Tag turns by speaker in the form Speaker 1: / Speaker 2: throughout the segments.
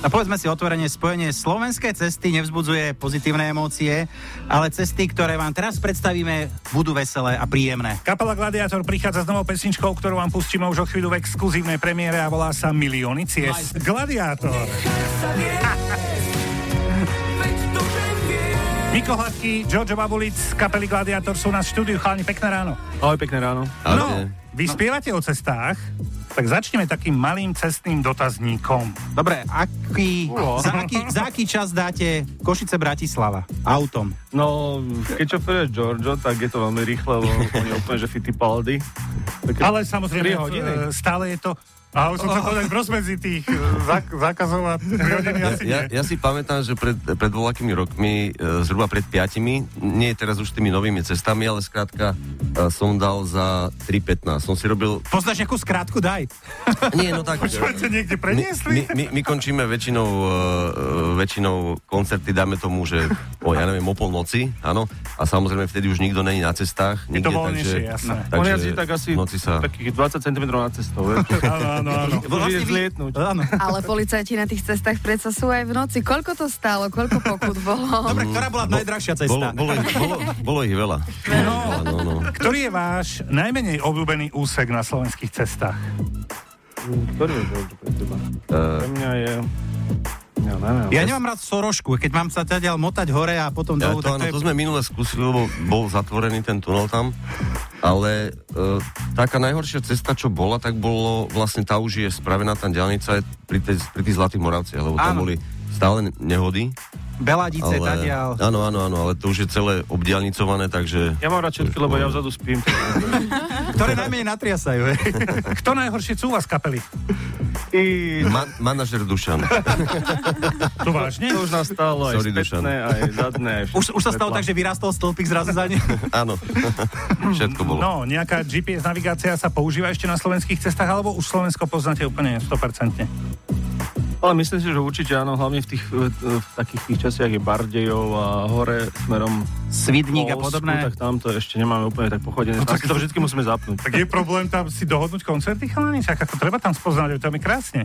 Speaker 1: A povedzme si otvorene, spojenie slovenskej cesty nevzbudzuje pozitívne emócie, ale cesty, ktoré vám teraz predstavíme, budú veselé a príjemné.
Speaker 2: Kapela Gladiator prichádza s novou pesničkou, ktorú vám pustíme už o chvíľu v exkluzívnej premiére a volá sa Milióny ciest. Gladiátor. Miko Hladký, Jojo Babulic z kapely Gladiator sú na štúdiu. Chalani, pekné ráno.
Speaker 3: Ahoj, pekné ráno.
Speaker 2: No, vy spievate o cestách, tak začneme takým malým cestným dotazníkom.
Speaker 1: Dobre, aký, za, aký, za aký čas dáte Košice Bratislava autom?
Speaker 3: No, keď šoferuješ Giorgio, tak je to veľmi rýchle, lebo on je úplne, že Fittipaldi. Také-
Speaker 2: Ale samozrejme,
Speaker 3: Tri hodiny. Oh.
Speaker 2: e, stále je to... A už som sa povedal, v rozmedzi tých e, zak- zákazov a prirodení
Speaker 4: Ja,
Speaker 2: asi
Speaker 4: ja,
Speaker 2: nie.
Speaker 4: ja si pamätám, že pred, pred voľakými rokmi, e, zhruba pred piatimi, nie teraz už tými novými cestami, ale skrátka e, som dal za 3.15. Som si robil...
Speaker 1: Poznáš nejakú skrátku? Daj.
Speaker 4: Nie, no tak...
Speaker 2: Čo ste niekde
Speaker 4: My, my,
Speaker 2: preniesli?
Speaker 4: my, my končíme väčšinou, uh, väčšinou koncerty, dáme tomu, že o, ja neviem, o polnoci, áno. A samozrejme vtedy už nikto není na cestách.
Speaker 2: Je to
Speaker 4: nikde,
Speaker 2: voľnejšie,
Speaker 4: takže,
Speaker 2: jasné.
Speaker 3: on jazdí tak asi
Speaker 4: v noci sa...
Speaker 3: takých 20 cm na cestou.
Speaker 2: Áno, áno, áno.
Speaker 3: Môže
Speaker 1: Vlastne vy-
Speaker 3: zlietnúť.
Speaker 1: Áno.
Speaker 5: Ale policajti na tých cestách predsa sú aj v noci. Koľko to stálo? Koľko pokut bolo?
Speaker 1: Dobre, ktorá bola najdrahšia
Speaker 4: Bolo,
Speaker 1: cesta?
Speaker 4: Mm. bolo, ich- bolo, bolo ich veľa. No. No, no.
Speaker 2: Ktorý je váš najmenej obľúbený úsek na slovenských cestách?
Speaker 3: Ktorý je Giorgio pre teba?
Speaker 4: E,
Speaker 3: Pre mňa je... Ja neviem.
Speaker 1: Ja nemám rád sorošku, keď mám sa teda motať hore a potom
Speaker 4: Ja,
Speaker 1: dolu, No, tak
Speaker 4: to, áno,
Speaker 1: to je...
Speaker 4: No, to sme minule skúsili, lebo bol zatvorený ten tunel tam. Ale e, taká najhoršia cesta, čo bola, tak bolo vlastne tá už je spravená tá diálnica je pri, tej, pri tých Zlatých Moravciach, lebo tam
Speaker 1: Áno.
Speaker 4: boli stále nehody.
Speaker 1: Beladice,
Speaker 4: ale,
Speaker 1: tadiaľ.
Speaker 4: Áno, áno, áno, ale to už je celé obdialnicované, takže...
Speaker 3: Ja mám rád všetky, lebo ja vzadu spím.
Speaker 1: Ktoré najmenej natriasajú, hej.
Speaker 2: Kto najhoršie cúva z kapely?
Speaker 3: I
Speaker 4: Ma- manažer Dušan.
Speaker 2: To vážne?
Speaker 3: to už nás stálo aj
Speaker 4: Sorry, Dušan.
Speaker 3: spätné, aj zadné. aj všetko
Speaker 1: Už, už sa stalo
Speaker 3: svetla.
Speaker 1: tak, že vyrastol stĺpik zrazu za ním.
Speaker 4: áno, všetko bolo.
Speaker 2: No, nejaká GPS navigácia sa používa ešte na slovenských cestách, alebo už Slovensko poznáte úplne 100%?
Speaker 3: Ale myslím si, že určite áno, hlavne v tých v, v takých tých časiach je Bardejov a hore smerom
Speaker 1: Svidník a
Speaker 3: Polsku,
Speaker 1: podobné.
Speaker 3: Tak tam to ešte nemáme úplne tak pochodené. No, tak to všetky musíme zapnúť.
Speaker 2: Tak je problém tam si dohodnúť koncerty, chalani? Však ako treba tam spoznať, tam je krásne.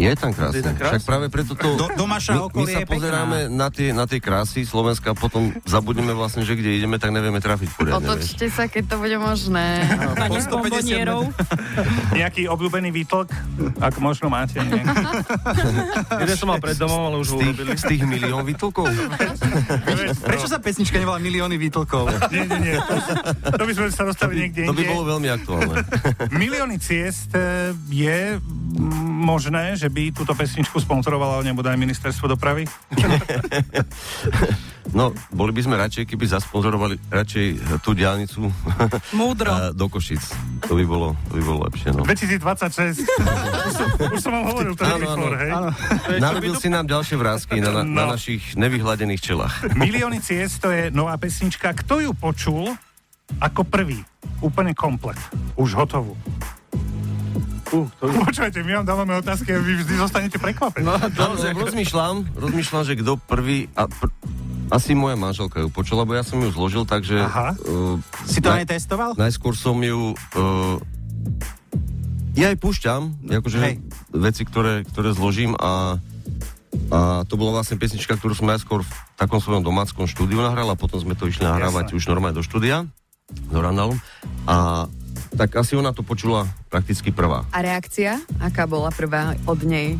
Speaker 4: Je tam krásne.
Speaker 3: Je tam krásne.
Speaker 4: Však práve preto to...
Speaker 1: Do- domaša
Speaker 4: my, my
Speaker 1: okolie
Speaker 4: sa
Speaker 1: je pekná.
Speaker 4: pozeráme na tie, na tie krásy Slovenska a potom zabudneme vlastne, že kde ideme, tak nevieme trafiť poriadne. vieš.
Speaker 5: Otočte sa, keď to bude možné.
Speaker 1: Na nich bombonierov.
Speaker 2: Nejaký obľúbený výtlk, ak možno máte. Nie?
Speaker 3: Jeden som mal pred domom, ale už ho
Speaker 4: Z tých,
Speaker 3: urobili.
Speaker 4: z tých milión vytlkov?
Speaker 1: Prečo sa pesnička nevolá Milióny výtlkov?
Speaker 2: nie, nie, nie. To by sme sa dostali niekde
Speaker 4: To by
Speaker 2: inde.
Speaker 4: bolo veľmi aktuálne.
Speaker 2: Milióny ciest e, je mm, možné, že by túto pesničku sponzorovalo alebo aj ministerstvo dopravy?
Speaker 4: No, boli by sme radšej, keby zasponzorovali radšej tú diálnicu
Speaker 1: Múdro.
Speaker 4: a do Košic. To by bolo, to by bolo lepšie, no.
Speaker 2: 2026. už, som, už som vám hovoril, to je
Speaker 4: Áno,
Speaker 2: výtvor,
Speaker 4: áno.
Speaker 2: hej?
Speaker 4: Narobil si nám ďalšie vrázky na, na, na
Speaker 2: No.
Speaker 4: našich nevyhladených čelách.
Speaker 2: Milióny ciest, to je nová pesnička. Kto ju počul ako prvý? Úplne komplet. Už hotovú.
Speaker 3: Uh, to už...
Speaker 2: Počujete, my vám dávame otázky a vy vždy zostanete prekvapení.
Speaker 3: No,
Speaker 4: No,
Speaker 3: dobre.
Speaker 4: rozmýšľam, rozmýšľam, že kto prvý... A pr- asi moja manželka ju počula, lebo ja som ju zložil, takže...
Speaker 2: Aha.
Speaker 4: Uh,
Speaker 1: Si to netestoval?
Speaker 4: Najskôr som ju... Uh, ja jej púšťam, akože
Speaker 1: Hej.
Speaker 4: veci, ktoré, ktoré zložím a, a to bola vlastne pesnička, ktorú som najskôr v takom svojom domáckom štúdiu nahral a potom sme to išli nahrávať
Speaker 2: Jasné.
Speaker 4: už normálne do štúdia, do Randalom a tak asi ona to počula prakticky prvá.
Speaker 5: A reakcia? Aká bola prvá od nej?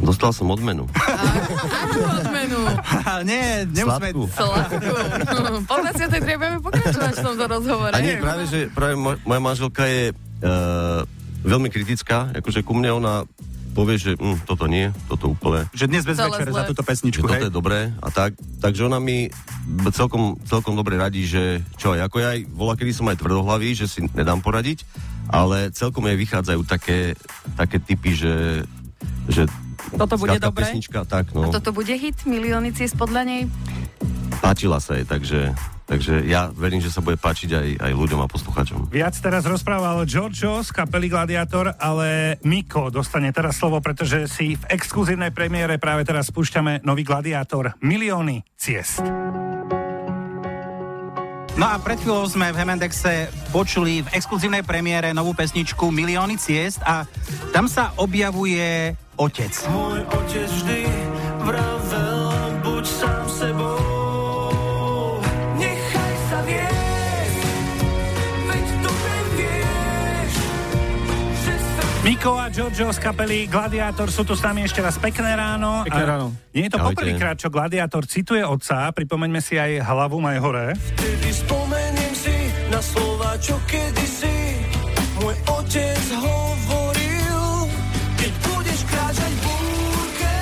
Speaker 4: Dostal som odmenu.
Speaker 5: Akú odmenu?
Speaker 1: Nie,
Speaker 4: Sladkú.
Speaker 1: nemusíme...
Speaker 5: Sladkú. Po 20. trebujeme pokračovať v tomto rozhovore.
Speaker 4: A nie, práve, že práve moj, moja manželka je uh, veľmi kritická, akože ku mne ona povie, že hm, toto nie, toto úplne,
Speaker 1: Že dnes bez
Speaker 5: Celé
Speaker 1: večere
Speaker 5: zle.
Speaker 1: za túto
Speaker 4: že
Speaker 1: pesničku,
Speaker 4: toto
Speaker 1: hej?
Speaker 4: je dobré a tak. Takže ona mi b- celkom, celkom dobre radí, že čo aj, ako ja aj volá, kedy som aj tvrdohlavý, že si nedám poradiť, ale celkom jej vychádzajú také, také typy, že, že
Speaker 6: Toto bude
Speaker 4: skrátka
Speaker 6: dobré?
Speaker 4: Pesnička, tak, no,
Speaker 5: A toto bude hit? Milióny ciest podľa nej?
Speaker 4: páčila sa jej, takže, takže ja verím, že sa bude páčiť aj, aj ľuďom a posluchačom.
Speaker 2: Viac teraz rozprával Giorgio z kapely Gladiator, ale Miko dostane teraz slovo, pretože si v exkluzívnej premiére práve teraz spúšťame nový Gladiator Milióny ciest.
Speaker 1: No a pred chvíľou sme v Hemendexe počuli v exkluzívnej premiére novú pesničku Milióny ciest a tam sa objavuje otec.
Speaker 7: Môj otec
Speaker 2: Giorgio z kapely Gladiátor sú tu s nami ešte raz. Pekné ráno.
Speaker 3: Pekné
Speaker 2: A
Speaker 3: ráno.
Speaker 2: Nie je to
Speaker 4: Ahojte.
Speaker 2: poprvýkrát, čo Gladiátor cituje otca. Pripomeňme si aj hlavu maj hore.
Speaker 6: Vtedy spomeniem si na slova, čo kedysi môj otec hovoril. Keď budeš kráčať v búrke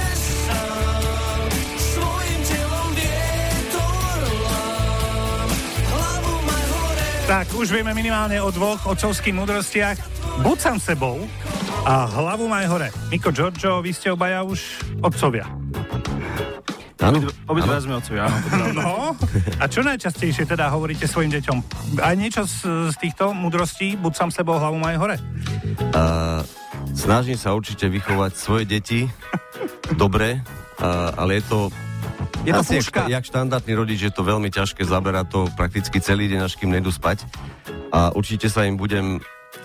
Speaker 6: sám, svojim telom vietor lám. Hlavu maj hore,
Speaker 2: Tak, už vieme minimálne o dvoch otcovských múdrostiach. Buď sám sebou a hlavu maj hore. Miko Giorgio, vy ste obaja už otcovia.
Speaker 4: Áno,
Speaker 3: Obidva sme otcovia, áno. to pravda.
Speaker 2: No, a čo najčastejšie teda hovoríte svojim deťom? Aj niečo z, z týchto múdrostí, buď sám sebou, hlavu maj hore.
Speaker 4: snažím sa určite vychovať svoje deti dobre, a, ale je to...
Speaker 1: Je to
Speaker 4: asi
Speaker 1: fúška.
Speaker 4: jak, jak štandardný rodič je to veľmi ťažké, zabera to prakticky celý deň, až kým nejdu spať. A určite sa im budem e,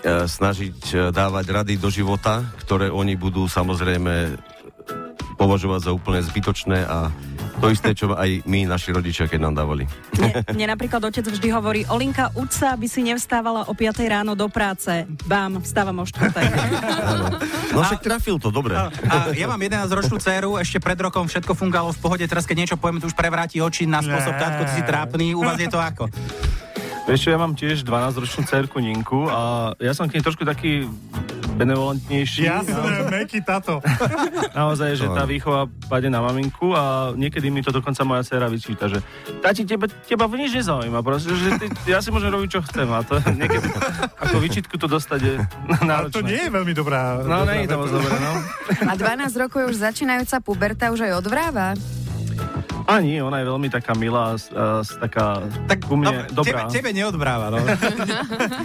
Speaker 4: snažiť e, dávať rady do života, ktoré oni budú samozrejme považovať za úplne zbytočné a to isté, čo aj my, naši rodičia, keď nám dávali.
Speaker 7: Mne, mne napríklad otec vždy hovorí, Olinka, uč sa, aby si nevstávala o 5 ráno do práce. Bám, vstávam o 4.
Speaker 4: No však trafil to, dobre.
Speaker 1: A ja mám 11-ročnú dceru, ešte pred rokom všetko fungovalo v pohode, teraz keď niečo poviem, to už prevráti oči na spôsob,
Speaker 2: Ne.
Speaker 1: tátko, ty si trápny, u vás je to ako?
Speaker 3: Vieš čo, ja mám tiež 12-ročnú cerku Ninku a ja som k nej trošku taký benevolentnejší.
Speaker 2: Jasné, meký tato.
Speaker 3: Naozaj, že
Speaker 4: To
Speaker 3: tá
Speaker 4: áno.
Speaker 3: výchova padne na maminku a niekedy mi to dokonca moja dcera vyčíta, že tati, teba, teba nič nezaujíma, proste, že ty, ja si môžem robiť, čo chcem a to niekedy ako vyčitku to dostať je
Speaker 2: Ale
Speaker 3: náročné.
Speaker 2: to nie je veľmi dobrá...
Speaker 3: No,
Speaker 2: dobrá
Speaker 3: nie je to moc
Speaker 2: vec.
Speaker 3: dobré, no.
Speaker 5: A 12 rokov je už začínajúca puberta, už aj odvráva.
Speaker 3: Ani, ona je veľmi taká milá, s- a s- taká tak, ku mne
Speaker 1: no,
Speaker 3: dobrá.
Speaker 1: Tebe, tebe neodbráva, no.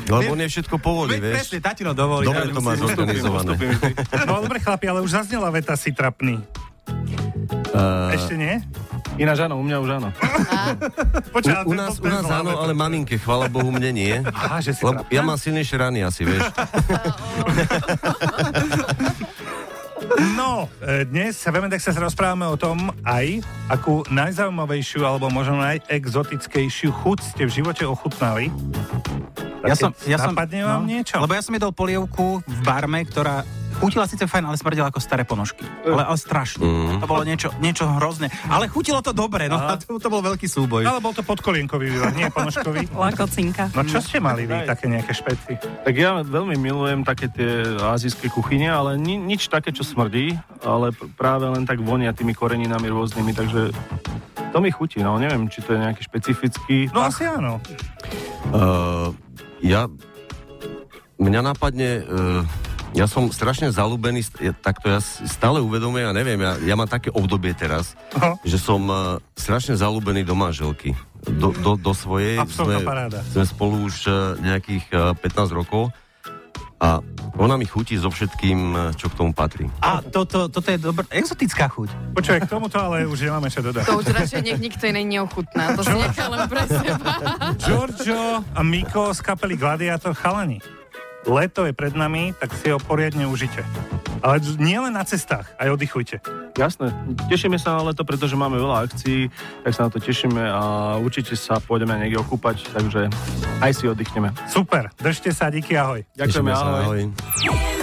Speaker 4: Lebo on je všetko
Speaker 1: Veď
Speaker 4: povolí, vieš.
Speaker 1: Presne, tatino dovolí.
Speaker 4: Dobre
Speaker 1: tak
Speaker 4: to má
Speaker 1: musím-
Speaker 4: zorganizované.
Speaker 3: Postupím, postupím.
Speaker 2: No dobre chlapi, ale už zaznela veta si trapný.
Speaker 4: Uh,
Speaker 2: Ešte nie?
Speaker 3: Ináč áno, u mňa už áno.
Speaker 2: Počkaj,
Speaker 4: U, u nás, u nás áno, ale maminke, chvála Bohu, mne nie.
Speaker 2: Aha, že si
Speaker 4: Lebo
Speaker 2: trapný.
Speaker 4: ja mám silnejšie rany asi, vieš.
Speaker 2: No, e, dnes sa veľmi tak sa rozprávame o tom aj, akú najzaujímavejšiu alebo možno najexotickejšiu chuť ste v živote ochutnali.
Speaker 1: Ja som, ja som, no.
Speaker 2: napadne vám niečo?
Speaker 1: Lebo ja som jedol polievku v barme, ktorá chutila síce fajn, ale smrdela ako staré ponožky. Ale, ale strašne.
Speaker 4: Mm.
Speaker 1: To bolo niečo, niečo hrozné. Ale chutilo to dobre, no a to, to bol veľký súboj.
Speaker 2: Ale bol to podkolienkový vývar, nie ponožkový.
Speaker 7: Lakocinka.
Speaker 2: No čo ste mali vy, také nejaké špeci?
Speaker 3: Tak ja veľmi milujem také tie azijské kuchyne, ale ni- nič také, čo smrdí, ale pr- práve len tak vonia tými koreninami rôznymi, takže to mi chutí, no neviem, či to je nejaký špecifický.
Speaker 2: No asi áno.
Speaker 4: Uh, ja... Mňa napadne... Uh, ja som strašne zalúbený, st- ja, takto ja si stále uvedomujem, ja neviem, ja, ja mám také obdobie teraz,
Speaker 2: Aha.
Speaker 4: že som uh, strašne zalúbený do manželky, do, do, do svojej.
Speaker 2: Absolútna paráda.
Speaker 4: Sme spolu už uh, nejakých uh, 15 rokov a ona mi chutí so všetkým, uh, čo k tomu patrí.
Speaker 1: A toto, toto je dobrá, exotická chuť.
Speaker 2: Počuj, k tomuto ale už nemáme čo dodať.
Speaker 5: To už radšej nech nikto iný neochutná. To si nechá len pre seba.
Speaker 2: Giorgio a Miko z kapely Gladiator Chalani. Leto je pred nami, tak si ho poriadne užite. Ale nie len na cestách, aj oddychujte.
Speaker 3: Jasné, tešíme sa na leto, pretože máme veľa akcií, tak sa na to tešíme a určite sa pôjdeme niekde okúpať, takže aj si oddychneme.
Speaker 2: Super, držte sa, díky, ahoj.
Speaker 3: Ďakujeme,
Speaker 4: Tešíme sa,
Speaker 3: ahoj.
Speaker 4: ahoj.
Speaker 7: Milujem